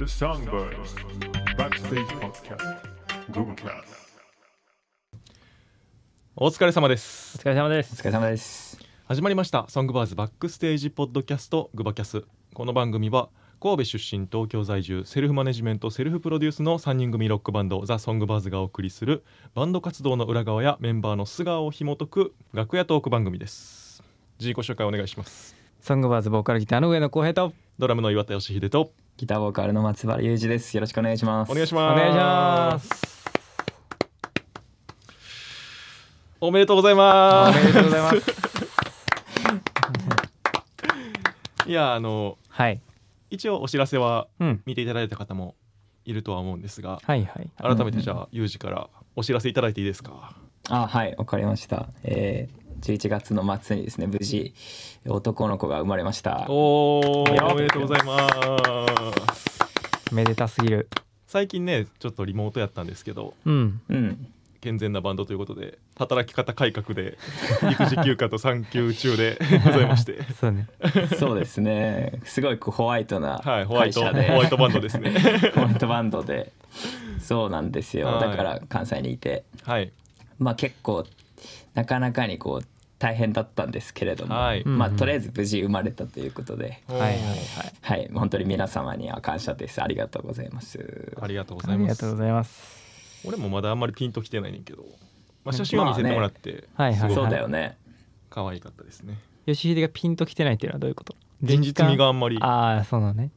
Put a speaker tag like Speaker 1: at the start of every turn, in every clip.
Speaker 1: Songbirds Backstage Podcast Googlecast
Speaker 2: お疲れ様で
Speaker 3: お
Speaker 2: す
Speaker 3: 疲れ様で
Speaker 4: お
Speaker 3: す。
Speaker 4: 疲れ様です。
Speaker 2: 始まりましたソングバーズバックステージポッドキャストグバキャスこの番組は神戸出身東京在住セルフマネジメントセルフプロデュースの3人組ロックバンドザ・ソングバーズがお送りするバンド活動の裏側やメンバーの素顔を紐解く楽屋トーク番組です自己紹介お願いします
Speaker 3: ソングバーズボーカルギターの上野光平と。
Speaker 2: ドラムの岩田義秀と
Speaker 4: ギターボーカルの松原裕二です。よろしくお願いします。
Speaker 2: お願いし
Speaker 3: お
Speaker 2: ます
Speaker 3: 願いします。
Speaker 2: おめでとうござい
Speaker 3: お
Speaker 2: ま
Speaker 3: めでとうございます。
Speaker 2: すいやあの
Speaker 3: はい。
Speaker 2: 一応お知らせは
Speaker 3: うん。
Speaker 2: 見ていただいた方もいるとは思うんですが
Speaker 3: はいはい。
Speaker 2: 改めてじゃあユージからお知らせいただいていいですか
Speaker 4: あ、はい、わかりました。えー、11月の末にですね、無事男の子が生まれました。
Speaker 2: おお
Speaker 4: いや
Speaker 2: おめでとうございます
Speaker 3: めでたすぎる。
Speaker 2: 最近ねちょっとリモートやったんですけど
Speaker 3: うん。
Speaker 4: うん。
Speaker 2: 健全なバンドということで働き方改革で 育児休暇と産休中でございまして
Speaker 3: そうね。
Speaker 4: そうです ね。すごいこうホワイトな
Speaker 2: はいホワイ
Speaker 4: 会
Speaker 2: ト
Speaker 4: 社で、
Speaker 2: ホワイトバンドですね
Speaker 4: ホワイトバンドで、そうなんですよ。
Speaker 2: はい
Speaker 4: だから関西にいて、
Speaker 2: はい
Speaker 4: まあ結構なかなかにこう大変だったんですけれども、
Speaker 2: はい
Speaker 4: まあ
Speaker 3: うんうん
Speaker 4: とりあえず無事生まれたということで。
Speaker 2: は
Speaker 3: はいはいはい。
Speaker 4: はい、本当に皆様には感謝です。ありがとうございます。
Speaker 2: ありがとうござ
Speaker 3: あ
Speaker 2: い
Speaker 3: り
Speaker 2: ま
Speaker 3: がとう
Speaker 2: す
Speaker 3: ございます。
Speaker 2: 俺もまだあんまりピンときてないねんけど、まあ、写真を見せてもらって、
Speaker 3: まあね
Speaker 2: すご
Speaker 3: はいい
Speaker 4: そ
Speaker 3: は
Speaker 4: う
Speaker 3: い
Speaker 4: だよね。
Speaker 2: 可愛かったですね
Speaker 3: 吉秀がピンときてないっていうのはどういうこと？
Speaker 2: 現実味があんまり
Speaker 3: ああ、そうなのね。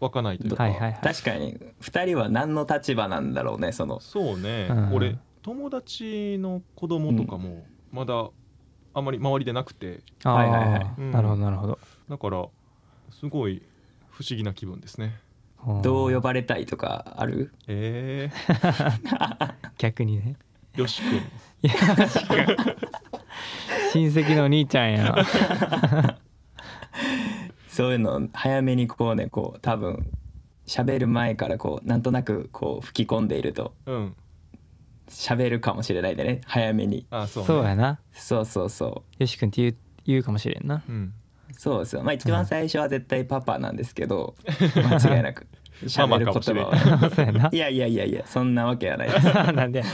Speaker 2: 湧かないというか、
Speaker 3: はいはいはい。
Speaker 4: 確かに2人は何の立場なんだろうねその
Speaker 2: そうね、
Speaker 3: うん
Speaker 2: 俺友達の子供とかもまだあんまり周りでなくて
Speaker 3: あ
Speaker 4: はいはいはい
Speaker 3: あー
Speaker 2: うん
Speaker 3: なるほどなるほど。
Speaker 2: だからすごい不思議な気分ですね
Speaker 4: どう呼
Speaker 3: ば
Speaker 4: ばれたいとかある
Speaker 2: え
Speaker 3: 逆にね。
Speaker 2: ー、よし君
Speaker 3: いや確かに親戚の兄ちゃんやな。
Speaker 4: そういうの早めにこうねこう多分喋る前からこうなんとなくこう吹き込んでいると
Speaker 2: うん
Speaker 4: 喋るかもしれないんでね早めに
Speaker 2: あそう,、ね、
Speaker 3: そうやな。
Speaker 4: そうそうそ
Speaker 3: よし君って言う言うかもしれんな。
Speaker 2: うん
Speaker 4: うそうですよまあ一番最初は絶対パパなんですけど間違いなく喋る言葉
Speaker 2: ママか
Speaker 4: は
Speaker 3: そうやな
Speaker 4: ねい。やいやいやいやそんなわけはないです
Speaker 3: なんで。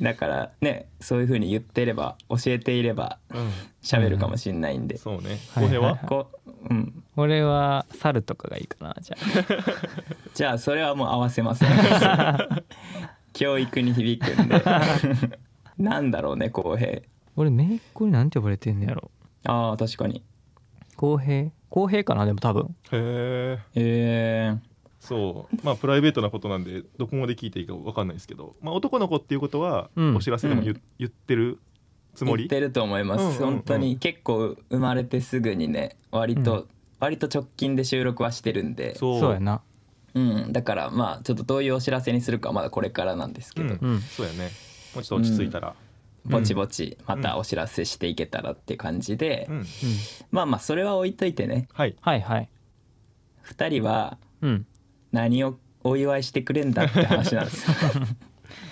Speaker 4: だからねそういうふうに言ってれば教えていれば
Speaker 2: うん
Speaker 4: 喋るかもしれないんで、
Speaker 2: そうね
Speaker 3: は
Speaker 2: 浩
Speaker 3: い
Speaker 2: 平は,、
Speaker 3: はいはい
Speaker 4: こううん
Speaker 3: 俺は猿とかがいいかなじゃあ
Speaker 4: じゃあそれはもう合わせ ません教育に響くんでなんだろうね公平
Speaker 3: 俺姪っ子になんて呼ばれてんのやろ
Speaker 4: ああ確かに
Speaker 3: 公平公平かなでも多分
Speaker 2: へえ
Speaker 4: え
Speaker 2: そうまあプライベートなことなんでどこまで聞いていいか分かんないですけど、まあ、男の子っていうことは
Speaker 3: うん
Speaker 2: お知らせでも言,、
Speaker 4: うん
Speaker 2: 言ってるつ
Speaker 4: ー、
Speaker 2: も
Speaker 4: 言
Speaker 2: り
Speaker 4: ってると思います、
Speaker 2: うんうんうん
Speaker 4: 本当に結構生まれてすぐにね割と、
Speaker 3: う
Speaker 4: 割と直近で収録はしてるんで
Speaker 2: そう
Speaker 3: そうやな
Speaker 4: うん、だからまあちょっとどういうお知らせにするかはまだこれからなんですけ
Speaker 2: う
Speaker 4: ど、
Speaker 2: ん
Speaker 3: うん
Speaker 2: そうやねもうちょっと落ち着いたら、
Speaker 4: ぼちぼちまたお知らせしていけたらって感じで、
Speaker 2: うん
Speaker 3: うん
Speaker 4: まあまあそれは置いといてね
Speaker 2: はい
Speaker 3: はいはい
Speaker 4: 2人は
Speaker 3: うん
Speaker 4: 何をお祝いしてくれんだって話なんですよ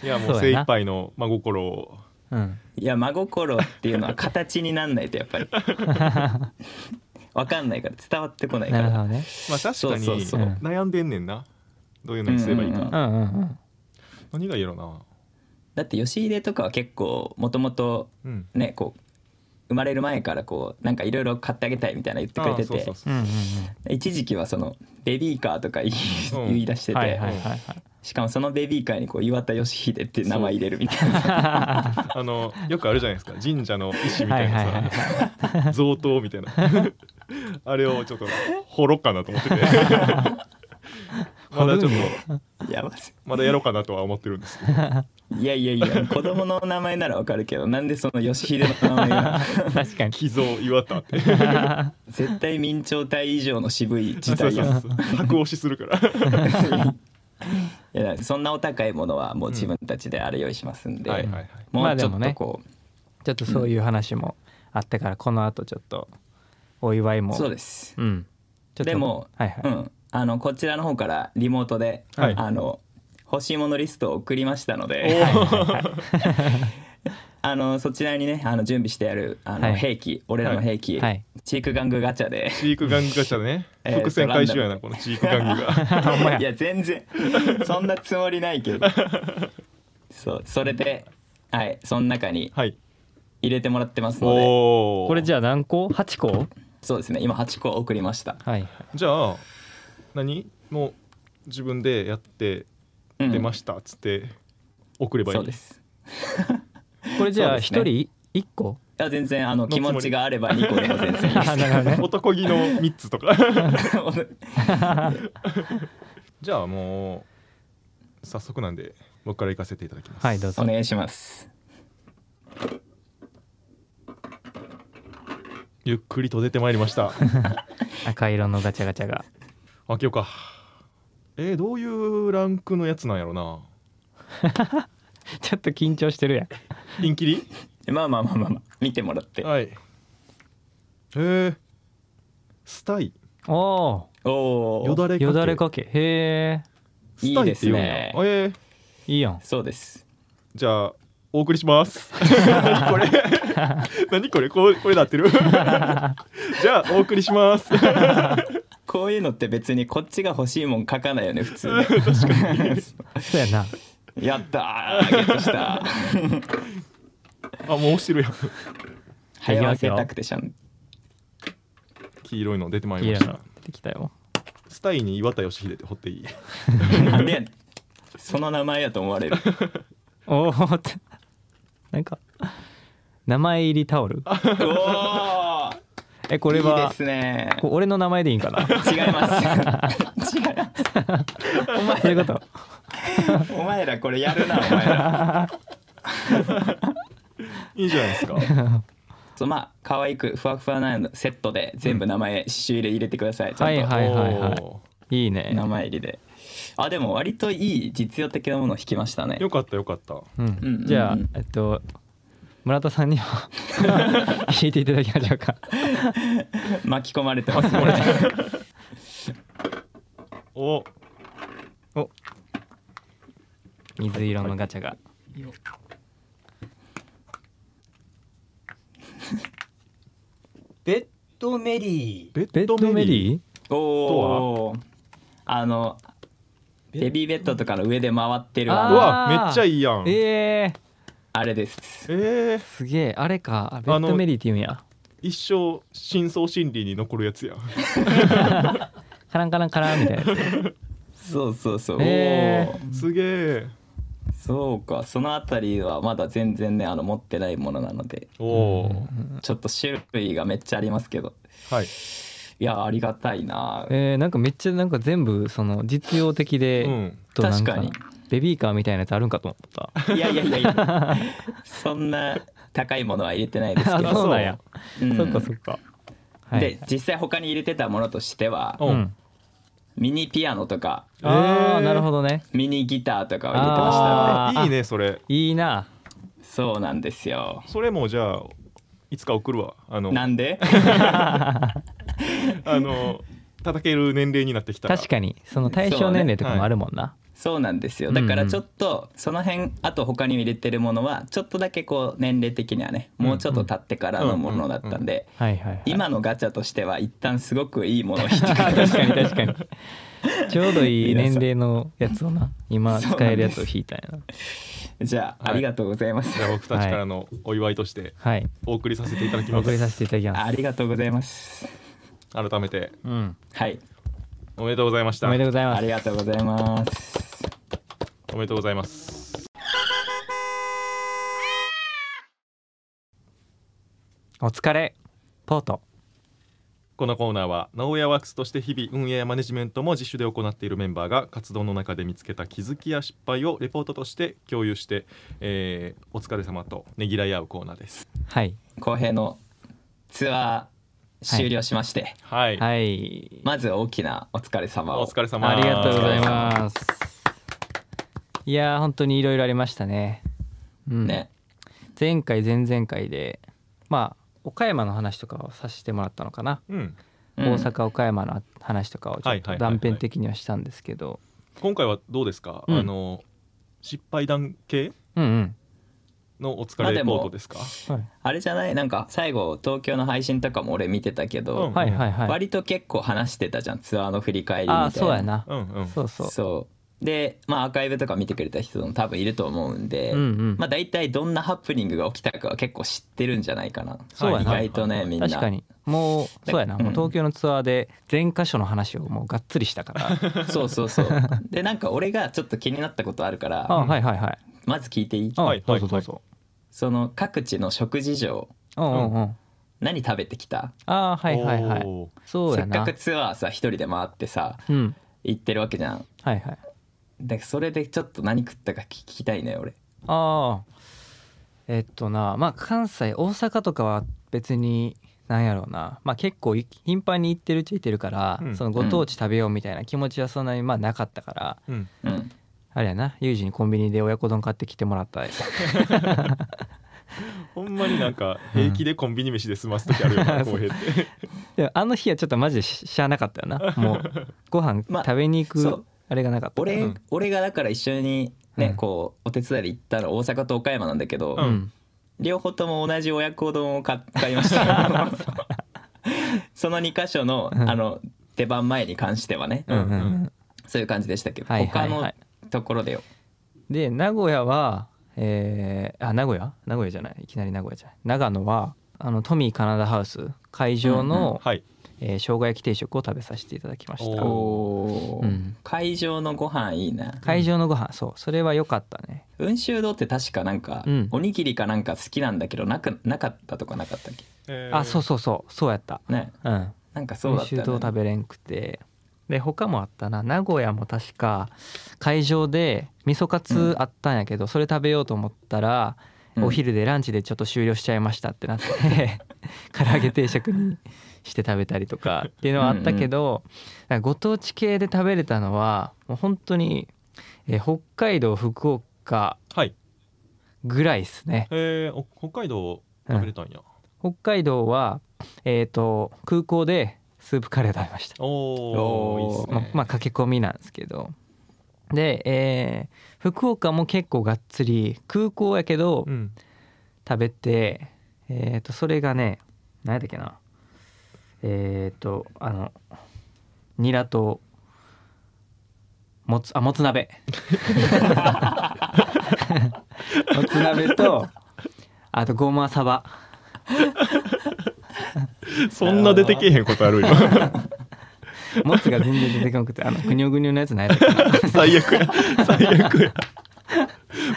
Speaker 2: いやもう
Speaker 3: そう
Speaker 2: 精
Speaker 3: やな
Speaker 2: 一杯の真心を
Speaker 3: うん
Speaker 4: いや真心っていうのは形になんないとやっぱりわかんないから伝わってこないか
Speaker 3: なるほ
Speaker 4: ら
Speaker 3: どね
Speaker 2: まあ確
Speaker 4: そ
Speaker 2: か
Speaker 4: う
Speaker 2: に
Speaker 4: そうそう
Speaker 2: 悩んでんねんなどういうのにすればいいか、
Speaker 4: うんうんう
Speaker 3: う
Speaker 4: ん
Speaker 3: んうんうん
Speaker 2: 何がいいやろな
Speaker 4: だって吉出とかは結構もともと
Speaker 2: うん
Speaker 4: ねこう生まれる前からこうなんかいろいろ買ってあげたいみたいな言ってくれて
Speaker 2: あーそう
Speaker 4: て
Speaker 2: そうそう
Speaker 3: うんうん
Speaker 4: 一時期はそのベビーカーとか言い,、
Speaker 2: うん
Speaker 4: 言い出し
Speaker 3: う
Speaker 4: て
Speaker 3: ん
Speaker 4: て、
Speaker 3: はいはいはいはい
Speaker 4: しかもそのベビーカーにこう岩田義秀っていう名前入れるみたいな
Speaker 2: あのよくあるじゃないですか神社の石みたいなさ、
Speaker 3: はいはい
Speaker 2: 贈答みたいなあれをちょっと掘ろうかなと思って てまだちょっと
Speaker 4: やばす
Speaker 2: まだやろうかなとは思ってるんですけ ど
Speaker 4: いやいやいや子供の名前ならわかるけどなんでその義秀の名前が
Speaker 3: 確かに
Speaker 2: 寄贈岩田って
Speaker 4: 絶対明朝体以上の渋い
Speaker 2: そ
Speaker 4: 時
Speaker 2: う
Speaker 4: 代
Speaker 2: そ
Speaker 4: や
Speaker 2: うんそう白押しするから
Speaker 4: いやそんなお高いものはもう自分たちであれ用意しますんで、
Speaker 2: はいはいはい
Speaker 4: もうちょ
Speaker 3: まあでも
Speaker 4: っと
Speaker 3: ね
Speaker 4: こう、
Speaker 3: ちょっとそういう話もあったからこの後ちょっとお祝いも
Speaker 4: そうです、
Speaker 3: うんちょっと
Speaker 4: でも
Speaker 3: はいは
Speaker 4: う
Speaker 3: い
Speaker 4: ん、あのこちらの方からリモートで、
Speaker 2: はい
Speaker 4: あの欲しいものリストを送りましたの
Speaker 2: おー
Speaker 4: であのそちらにねあの準備してあるあの、
Speaker 3: はい
Speaker 4: 兵器俺らの兵器、
Speaker 3: はい
Speaker 4: チーク玩具ガチャで
Speaker 2: チーク玩具ガチャね
Speaker 4: えーと
Speaker 2: 伏線回収やなこのチーク玩具 が
Speaker 3: あ ほんま
Speaker 4: い
Speaker 3: や
Speaker 4: や全然そんなつもりないけどそうそれではいその中に
Speaker 2: はい
Speaker 4: 入れてもらってますので
Speaker 2: おお
Speaker 3: これじ
Speaker 2: ゃ
Speaker 3: ゃあ何個 ?8 個
Speaker 4: そうですね今8個送りました、
Speaker 3: はい
Speaker 2: じゃあ何もう自分でやって
Speaker 4: うん
Speaker 2: 出ましたっつって送ればいい、
Speaker 4: そうです
Speaker 3: これじゃ
Speaker 4: そう
Speaker 3: あ
Speaker 4: ですね
Speaker 3: 一人1個
Speaker 4: いや全然あの
Speaker 2: のつ
Speaker 4: 気
Speaker 2: もり
Speaker 4: 持ちがあれば2個でも全然いいで
Speaker 3: あなるほどね
Speaker 2: 男気の3つと か
Speaker 4: す
Speaker 2: じゃあもう早速なんで僕から行かせていただきます
Speaker 3: はいどうぞ
Speaker 4: お願いします
Speaker 2: ゆっくりと出てまいりま した
Speaker 3: 赤色のガチャガチャが
Speaker 2: 開けようかえー、どういうランクのやつなんやろな
Speaker 3: ちょっと緊張してるやん
Speaker 2: ピンキリ
Speaker 4: まあまあまあまあ、まあ、見てもらって
Speaker 2: はいへえスタイ
Speaker 3: お
Speaker 4: お
Speaker 2: よ
Speaker 4: お
Speaker 2: だれか
Speaker 3: お
Speaker 2: け
Speaker 3: よだれかけへえ
Speaker 2: スタイって言うんや
Speaker 4: いいですね
Speaker 2: あえー
Speaker 3: いいやん
Speaker 4: そうです
Speaker 2: じゃあお送りします。 何これ何これこうこれなって るじ ゃあお送りします。
Speaker 4: こういうのって別にこっちが欲しいもん書かないよね普通ね
Speaker 3: そうやな
Speaker 4: やったーゲットした
Speaker 2: あもう押してるやん。
Speaker 4: 早分けたくてしゃん
Speaker 2: 黄色いの出てまい
Speaker 3: い
Speaker 2: り
Speaker 3: い
Speaker 2: ま
Speaker 3: や
Speaker 2: し
Speaker 3: な
Speaker 2: た。
Speaker 3: 出てきたよ
Speaker 2: スタイに岩田義秀って掘っていい。
Speaker 4: なんでやねんその名前やと思われる
Speaker 3: おおって なんか名前入りタオル
Speaker 4: おお
Speaker 3: えこれはい
Speaker 4: いですね
Speaker 3: こ俺の名前でいいんかな
Speaker 4: 違います 違いますお前
Speaker 3: そういうこと
Speaker 4: お前らこれやるなお前ら
Speaker 2: いいじゃないです か。
Speaker 4: そうまあ可愛くふわふわなのセットで全部名前刺繍入れ入れてくださいちゃ んと、
Speaker 3: はいはいはいはい
Speaker 2: お
Speaker 3: いいね
Speaker 4: 名前入りであでも割といい実用的なものを引きましたね
Speaker 2: ーよかったよかった。
Speaker 3: うん
Speaker 4: うん
Speaker 3: じゃあ
Speaker 4: うんうん
Speaker 3: えっと村田さんには 聞いていただきましょうか
Speaker 4: 巻き込まれてますね
Speaker 2: お
Speaker 3: 水色のガチャが
Speaker 5: ベッド メリー
Speaker 2: ベ
Speaker 3: ベ
Speaker 2: ッ
Speaker 3: ッド
Speaker 2: ドメ
Speaker 3: メ
Speaker 2: リー。
Speaker 3: リー
Speaker 4: おおあのベビーベッドとかの上で回ってるあ
Speaker 2: う
Speaker 4: の
Speaker 2: わ
Speaker 3: あー
Speaker 2: めっちゃいいやん。え
Speaker 3: ええ
Speaker 4: あれです
Speaker 2: えー
Speaker 3: すげえあれかあベッドメリーって言うんや
Speaker 2: 一生深層心理に残るやつやん。
Speaker 3: カランカランカランみたい なやつ
Speaker 4: そうそうそう、
Speaker 3: へー
Speaker 4: おー
Speaker 2: すげえ。
Speaker 4: そうかそのあたりはまだ全然ねあの持ってないものなので
Speaker 2: おお
Speaker 4: ちょっと種類がめっちゃありますけど
Speaker 2: ー。はい。
Speaker 4: いやありがたい な
Speaker 3: えー、なんかめっちゃなんか全部その実用的で、
Speaker 2: うん。
Speaker 3: となん
Speaker 4: 確かに
Speaker 3: ベビーカーみたいなやつあるんかと思った
Speaker 4: いやいやいやいやそんな高いものは入れてないです け
Speaker 3: あ
Speaker 4: ど
Speaker 3: そうなんや、
Speaker 4: うん
Speaker 3: そっかそっかはい
Speaker 4: で実際他に入れてたものとしては
Speaker 2: お
Speaker 3: うん、
Speaker 4: ミニピアノとか
Speaker 3: あ
Speaker 2: え
Speaker 3: あ
Speaker 2: ー
Speaker 3: なるほどね
Speaker 4: ミニギターとかを入れてましたの
Speaker 3: あー
Speaker 2: いいねそれ。
Speaker 3: いいな
Speaker 4: でそうなんですよ
Speaker 2: それもじゃあいつか送るわ。あの。
Speaker 4: なん で
Speaker 2: あの叩ける年齢になってきたら
Speaker 3: 確かにその対象年齢とかもあるもんな、
Speaker 4: そうなんですよだか
Speaker 3: うんう
Speaker 4: ら
Speaker 3: ん
Speaker 4: ちょっとその辺あと他に入れてるものはちょっとだけこう年齢的にはねもうちょっと経ってからのものだったんで
Speaker 3: はいはいはい
Speaker 4: 今のガチャとしては一旦すごくいいものを引いてくれま
Speaker 3: あ
Speaker 4: した
Speaker 3: 確かに確かにちょうどいい年齢のやつをな今使えるやつを引いたんやな
Speaker 4: じゃあ、
Speaker 2: はい
Speaker 4: ありがとうございます
Speaker 2: じゃあ僕たちからのお祝いとして
Speaker 3: はい
Speaker 2: お送りさせていただき
Speaker 3: お
Speaker 2: ま
Speaker 3: 送りさ
Speaker 2: す
Speaker 3: せていただきま
Speaker 4: あ
Speaker 3: す
Speaker 4: りがとうございます
Speaker 2: 改めて
Speaker 3: うん
Speaker 4: はい
Speaker 2: おめでとうございました
Speaker 3: おめでとうございま
Speaker 4: あ
Speaker 3: す
Speaker 4: りがとうございます
Speaker 2: おめでとうございます
Speaker 3: お疲れポート
Speaker 2: このコーナーは直屋ワークスとして日々運営やマネジメントも自主で行っているメンバーが活動の中で見つけた気づきや失敗をレポートとして共有して、えーお疲れ様とねぎらい合うコーナーです
Speaker 3: はい
Speaker 4: 公平のツアー終了しまして、
Speaker 2: はい、
Speaker 3: はい
Speaker 4: まず大きなお疲れ様を
Speaker 2: お疲れ様
Speaker 3: ありがとうござい
Speaker 4: す
Speaker 3: ますいやー本当にいろいろありましたね,、うん、
Speaker 4: ね
Speaker 3: 前回前々回でまあ岡山の話とかをさせてもらったのかな、
Speaker 2: うん、
Speaker 4: うん
Speaker 3: 大阪岡山の話とかをちょ
Speaker 2: は
Speaker 3: っ
Speaker 2: いはいはいはい
Speaker 3: と断片的にはしたんですけど、
Speaker 2: 今回はどうですか、
Speaker 3: うん
Speaker 2: あの失敗談系
Speaker 3: うんうん
Speaker 2: のお疲
Speaker 4: まあ
Speaker 2: れ
Speaker 4: で
Speaker 2: ポ
Speaker 4: も
Speaker 2: ートですか、
Speaker 4: あれじゃないなんか最後東京の配信とかも俺見てたけど、
Speaker 2: うん
Speaker 3: はいはいはい。
Speaker 4: 割と結構話してたじゃんツアーの振り返りみたいな
Speaker 3: ああそうやな。
Speaker 2: うんうん
Speaker 3: そうそう。
Speaker 4: そうでまあアーカイブとか見てくれた人も多分いると思うんで、
Speaker 3: うんうん
Speaker 4: まあ大体どんなハプニングが起きたかは結構知ってるんじゃないかな
Speaker 3: そうやな
Speaker 4: 意外とねみんな
Speaker 3: 確かにもう
Speaker 4: で
Speaker 3: そうやな、もううん東京のツアーで全箇所の話をもうがっつりしたから
Speaker 4: そうそうそう でなんか俺がちょっと気になったことあるから
Speaker 3: あはいはいはい
Speaker 4: まず聞いていい
Speaker 3: あ
Speaker 2: はい
Speaker 3: どうぞどうぞ
Speaker 4: その各地の食事情
Speaker 3: うんうんうん
Speaker 4: 何食べてきた
Speaker 3: あはいはいはい
Speaker 2: おー
Speaker 3: そう
Speaker 4: せ
Speaker 3: や
Speaker 4: っ
Speaker 3: な
Speaker 4: かくツアーさ一人で回ってさ
Speaker 3: うん
Speaker 4: 行ってるわけじゃん
Speaker 3: はいはい
Speaker 4: だからそれでちょっと何食ったか聞きたいね俺
Speaker 3: ああえっとなまあ関西大阪とかは別になんやろうなまあ結構い頻繁に行ってるっちゃ行ってるから、
Speaker 2: うん
Speaker 3: そのご当地食べようみたいな気持ちはそんなにまあなかったから、
Speaker 2: うん
Speaker 4: うん
Speaker 3: あれやなユージにコンビニで親子丼買ってきてもらったり
Speaker 2: ほんまになんか平気でコンビニ飯で済ます時あるよ な浩平って
Speaker 3: でもあの日はちょっとマジでししゃあなかったよなもうご飯
Speaker 4: まあ
Speaker 3: 食べに行
Speaker 4: そ
Speaker 3: く
Speaker 4: う
Speaker 3: あれがなかったから
Speaker 4: 俺、
Speaker 2: うん
Speaker 4: 俺がだから一緒にね、
Speaker 3: うん
Speaker 4: こうお手伝いで行ったら大阪と岡山なんだけど、
Speaker 2: うん
Speaker 3: うん
Speaker 4: 両方とも同じ親子丼を買買いましたその2箇所の
Speaker 3: うん
Speaker 4: あの出番前に関してはね、
Speaker 3: うんうんうん
Speaker 4: そういう感じでしたけど、
Speaker 3: はいはいはい
Speaker 4: 他のところでよ
Speaker 3: で名古屋はえーあ名古屋名古屋じゃないいきなり名古屋じゃない長野はあのトミーカナダハウス会場の、
Speaker 2: はい
Speaker 3: えー生姜焼き定食を食べさせていただきまし
Speaker 2: お
Speaker 3: た
Speaker 2: ー
Speaker 4: おー
Speaker 3: うん
Speaker 4: 会場のご飯いいな
Speaker 3: 会場のご飯そうそれは良かったね
Speaker 4: 雲州堂って確かなんか、
Speaker 3: うん
Speaker 4: おにぎりかなんか好きなんだけどなくなかったとかなかったっけ
Speaker 2: えー
Speaker 3: あそうそうそうそうやった
Speaker 4: ね
Speaker 3: うん
Speaker 4: なんかそう
Speaker 3: 温
Speaker 4: だった
Speaker 3: 州
Speaker 4: よ
Speaker 3: と
Speaker 4: ね
Speaker 3: 食べれんくてで他もあったな名古屋も確か会場で味噌カツあったんやけど、それ食べようと思ったら、
Speaker 4: うん
Speaker 3: お昼でランチでちょっと終了しちゃいましたってなって 唐揚げ定食にして食べたりとかっていうのはあったけどなんかご当地系で食べれたのはもう本当に、えー北海道福岡
Speaker 2: はい
Speaker 3: ぐらいですね
Speaker 2: えーお北海道食べれたんや、
Speaker 3: 北海道は、えー、と空港でスープカレー食べました
Speaker 2: おーいいっす
Speaker 3: ま
Speaker 2: ね、
Speaker 3: まあ駆け込みなんですけどで、えー福岡も結構がっつり空港やけど
Speaker 2: うん
Speaker 3: 食べて、えー、とそれがね何やったっけなえっ、とあのニラともつあもつ鍋もつ鍋 とあとごまさば
Speaker 2: そんな出てけえへんことあるよ
Speaker 3: もつが全然出てこなくてあのぐにょぐにょのやつ何やったっけな
Speaker 2: 最悪や最悪や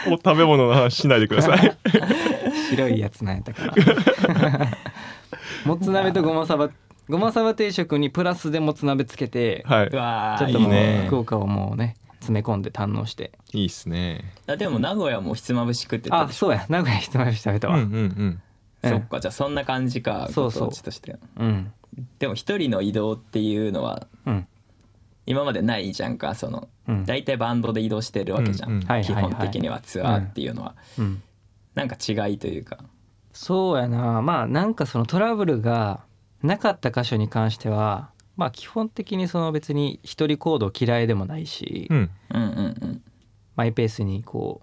Speaker 2: もう食べ物の話しないでくださ い
Speaker 3: 白いやつなんやったからもつ鍋とごまさばごまさば定食にプラスでもつ鍋つけて
Speaker 2: は
Speaker 4: うわ
Speaker 3: ちょ
Speaker 4: ー
Speaker 3: っとも
Speaker 2: いいうね
Speaker 3: 福岡をもうね詰め込んで堪能して
Speaker 2: いいいっすね
Speaker 4: あでも名古屋もひつまぶし食ってた
Speaker 3: あ
Speaker 4: でし
Speaker 3: そうや名古屋ひつまぶし食べた
Speaker 2: うんう
Speaker 3: わ
Speaker 2: んうん
Speaker 3: う
Speaker 4: ょ
Speaker 3: ん
Speaker 4: そっかじゃあそんな感じか
Speaker 3: そうそう
Speaker 4: ご当地として
Speaker 3: うん
Speaker 4: でも一人の移動っていうのは
Speaker 3: うん
Speaker 4: 今までないじゃんかその
Speaker 3: うん
Speaker 4: 大体バンドで移動してるわけじゃん、
Speaker 2: うんうん
Speaker 3: はい
Speaker 4: 基
Speaker 3: はいはい
Speaker 4: 本的にはツアーっていうのは、
Speaker 3: うん
Speaker 4: なんか違いというか
Speaker 3: そうやなまあなんかそのトラブルがなかった箇所に関してはまあ基本的にその別に一人行動嫌いでもないし、
Speaker 2: うん
Speaker 4: うんうん
Speaker 3: マイペースにこ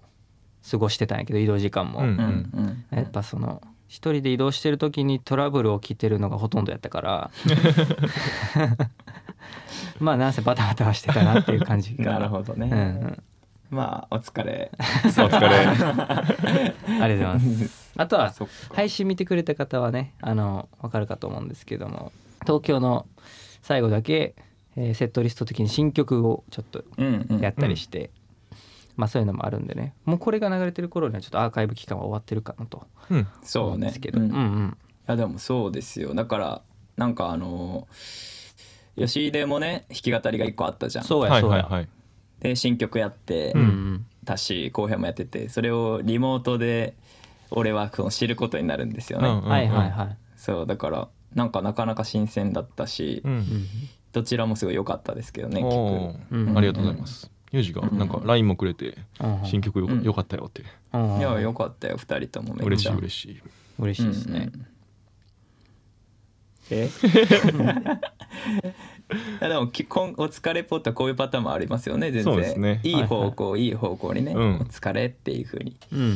Speaker 3: う過ごしてたんやけど移動時間も、
Speaker 2: うん
Speaker 4: うんうんうん
Speaker 3: やっぱその一人で移動してる時にトラブルを聞いてるのがほとんどやったから まあなんせバタバタはしてたなっていう感じが
Speaker 4: なるほどね、
Speaker 3: うん
Speaker 4: まあお疲れ
Speaker 2: お疲れ
Speaker 3: うん、ありがとうございますあとは
Speaker 4: そっか
Speaker 3: 配信見てくれた方はねあの分かるかと思うんですけども東京の最後だけ、えーセットリスト的に新曲をちょっと
Speaker 4: うんうん
Speaker 3: やったりして、まあそういうのもあるんでねもうこれが流れてる頃にはちょっとアーカイブ期間は終わってるかなと
Speaker 2: うん
Speaker 4: そう
Speaker 3: 思うん
Speaker 4: ね
Speaker 3: ですけど、
Speaker 4: うん
Speaker 3: うん
Speaker 4: い
Speaker 3: うん
Speaker 4: やでもそうですよだからなんかあの吉井でもね弾き語りが一個あったじゃん
Speaker 3: そうや
Speaker 2: はい
Speaker 3: そうや、
Speaker 2: はいはい
Speaker 4: で新曲やって
Speaker 3: うんうん
Speaker 4: たし後編もやっててそれをリモートで俺はこう知ることになるんですよね、
Speaker 2: うん
Speaker 3: はいはいはい、
Speaker 4: そうだからなんかなかなか新鮮だったし、
Speaker 2: うん
Speaker 4: どちらもすごい良かったですけどね
Speaker 2: お
Speaker 4: 聞
Speaker 2: ー
Speaker 3: うん
Speaker 2: ありがとうございますユージがなんか LINE もくれて
Speaker 3: うん
Speaker 2: 新曲よか
Speaker 4: うん
Speaker 2: よかったよって
Speaker 3: うん
Speaker 4: くいや良かったよ二人ともめっ
Speaker 2: 嬉し
Speaker 4: ち
Speaker 2: い
Speaker 4: ゃ
Speaker 2: 嬉しい
Speaker 3: 嬉しいですね、
Speaker 4: うんうんえ いやでもきこんお疲れポットはこういうパターンもありますよね全
Speaker 2: そ
Speaker 4: 然
Speaker 2: うですね
Speaker 4: いい方向、いい、方向にね、
Speaker 2: うん
Speaker 4: お疲れっていうふうに
Speaker 3: うんうんうん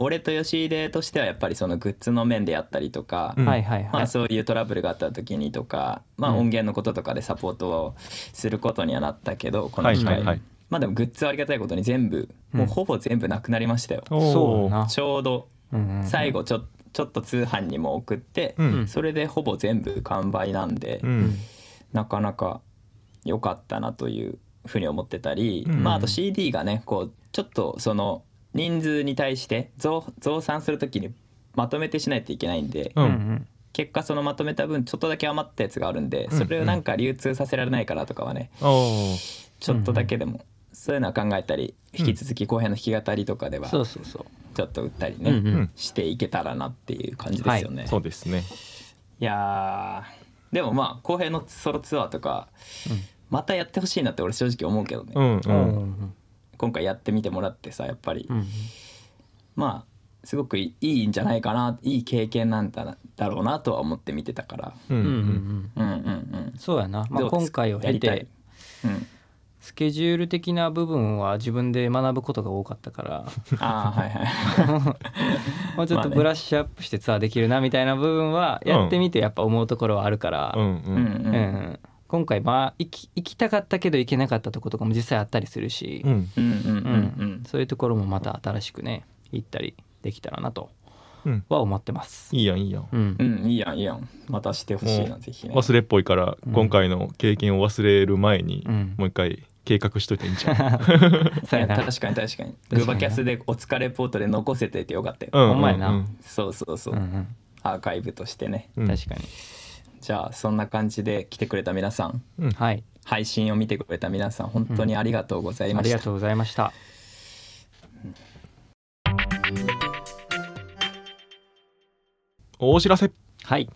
Speaker 4: 俺と吉出としてはやっぱりそのグッズの面であったりとか、
Speaker 2: うん
Speaker 3: はいはいは
Speaker 4: ま
Speaker 3: い
Speaker 4: あ、そういうトラブルがあった時にとか、まあ、
Speaker 3: うん
Speaker 4: 音源のこととかでサポートをすることにはなったけどこ
Speaker 2: は
Speaker 4: の
Speaker 2: い
Speaker 4: 機
Speaker 2: は
Speaker 4: 会、
Speaker 2: いはい
Speaker 4: まあでもグッズはありがたいことに全部、
Speaker 3: うん
Speaker 4: もうほぼ全部なくなりましたよ、
Speaker 3: そうだな
Speaker 4: ちょうど
Speaker 3: うんうん
Speaker 4: 最後ちょちょっと通販にも送って、
Speaker 2: うん
Speaker 4: それでほぼ全部完売なんで、
Speaker 2: うん
Speaker 4: なかなか良かったなというふうに思ってたり、
Speaker 2: うん
Speaker 4: まああと CD がねこうちょっとその人数に対して増増産するときにまとめてしないといけないんで、
Speaker 2: うん
Speaker 3: うん
Speaker 4: 結果そのまとめた分ちょっとだけ余ったやつがあるんで
Speaker 2: うん
Speaker 4: それをなんか流通させられないからとかはね
Speaker 2: おー
Speaker 4: ちょっとだけでもそういうのは考えたり引き続き後編の弾き語りとかで
Speaker 3: うん
Speaker 4: は
Speaker 3: そうそうそう
Speaker 4: ちょっと売ったり
Speaker 3: うんう
Speaker 4: ね
Speaker 2: ん
Speaker 3: ん
Speaker 4: していけたらなっていう感じですよね。
Speaker 2: そうですね
Speaker 4: いやーでもまあ後編のソロツアーとか
Speaker 3: うん
Speaker 4: またやってほしいなって俺正直思うけどね、
Speaker 2: うんう
Speaker 3: うんんうん
Speaker 4: 今回やってみてもらってさやっぱり、
Speaker 3: うん
Speaker 4: まあすごくいいんじゃないかないい経験なんだなだろうなとは思って見てたから
Speaker 2: うんう
Speaker 3: うんうんん
Speaker 4: うんうんうん、
Speaker 3: そうやな、まあ、
Speaker 4: どうで
Speaker 3: 今
Speaker 4: すか
Speaker 3: 回を
Speaker 4: や
Speaker 3: 経
Speaker 4: りた
Speaker 3: て
Speaker 4: いうん
Speaker 3: スケジュール的な部分は自分で学ぶことが多かった から
Speaker 4: ああはいはい
Speaker 3: もうちょっと
Speaker 4: まあね
Speaker 3: ブラッシュアップしてツアーできるなみたいな部分は
Speaker 2: うん
Speaker 3: やってみてやっぱ思うところはあるから、
Speaker 2: う
Speaker 3: うん
Speaker 2: んう
Speaker 4: うんんうん、
Speaker 3: 今回まあ行き行きたかったけど行けなかったとことかも実際あったりするし、
Speaker 2: うん
Speaker 4: うんうんうんうん
Speaker 3: そういうところもまた新しくね行ったりできたらなと
Speaker 2: うん
Speaker 3: は思ってます。
Speaker 2: いいやんいいやん
Speaker 3: うん
Speaker 4: うん、いいやんいいやんまたしてほしいなぜひね
Speaker 2: 忘れっぽいから
Speaker 3: うん
Speaker 2: 今回の経験を忘れる前に
Speaker 3: うん
Speaker 2: もう一回計画しといていいんじゃん
Speaker 3: そうやな
Speaker 4: 確かに確かにグバキャスでお疲れポートで残せててよかったよ、
Speaker 2: うん
Speaker 3: ほんまやな
Speaker 2: うん
Speaker 4: そうそうそう、
Speaker 3: うん
Speaker 4: アーカイブとしてね
Speaker 2: う
Speaker 3: うんん、確かに、
Speaker 4: じゃあそんな感じで来てくれた皆さん
Speaker 2: うん
Speaker 3: はい
Speaker 4: 配信を見てくれた皆さん本当にありがとうござい
Speaker 3: あ
Speaker 4: ま
Speaker 3: り
Speaker 4: し
Speaker 3: が
Speaker 4: た、
Speaker 3: とうございました。
Speaker 2: 大知らせ
Speaker 3: はい、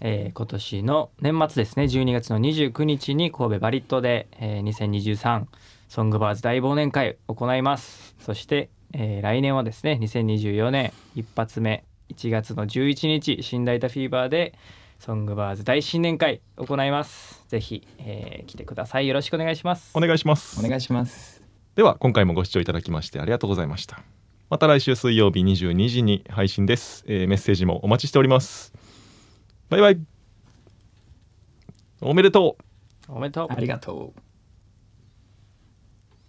Speaker 3: えー今年の年末ですね12月の29日に神戸バリットで、えー2023ソングバーズ大忘年会を行いますそして、えー来年はですね2024年一発目1月の11日新大田フィーバーでソングバーズ大新年会を行いますぜひ、えー来てくださいよろしくお願いします
Speaker 2: お願いします
Speaker 4: お願いします
Speaker 2: では今回もご視聴いただきましてありがとうございましたまた来週水曜日22時に配信です、えーメッセージもお待ちしておりますバイバイおめでとう
Speaker 3: おめでとう
Speaker 4: ありがとう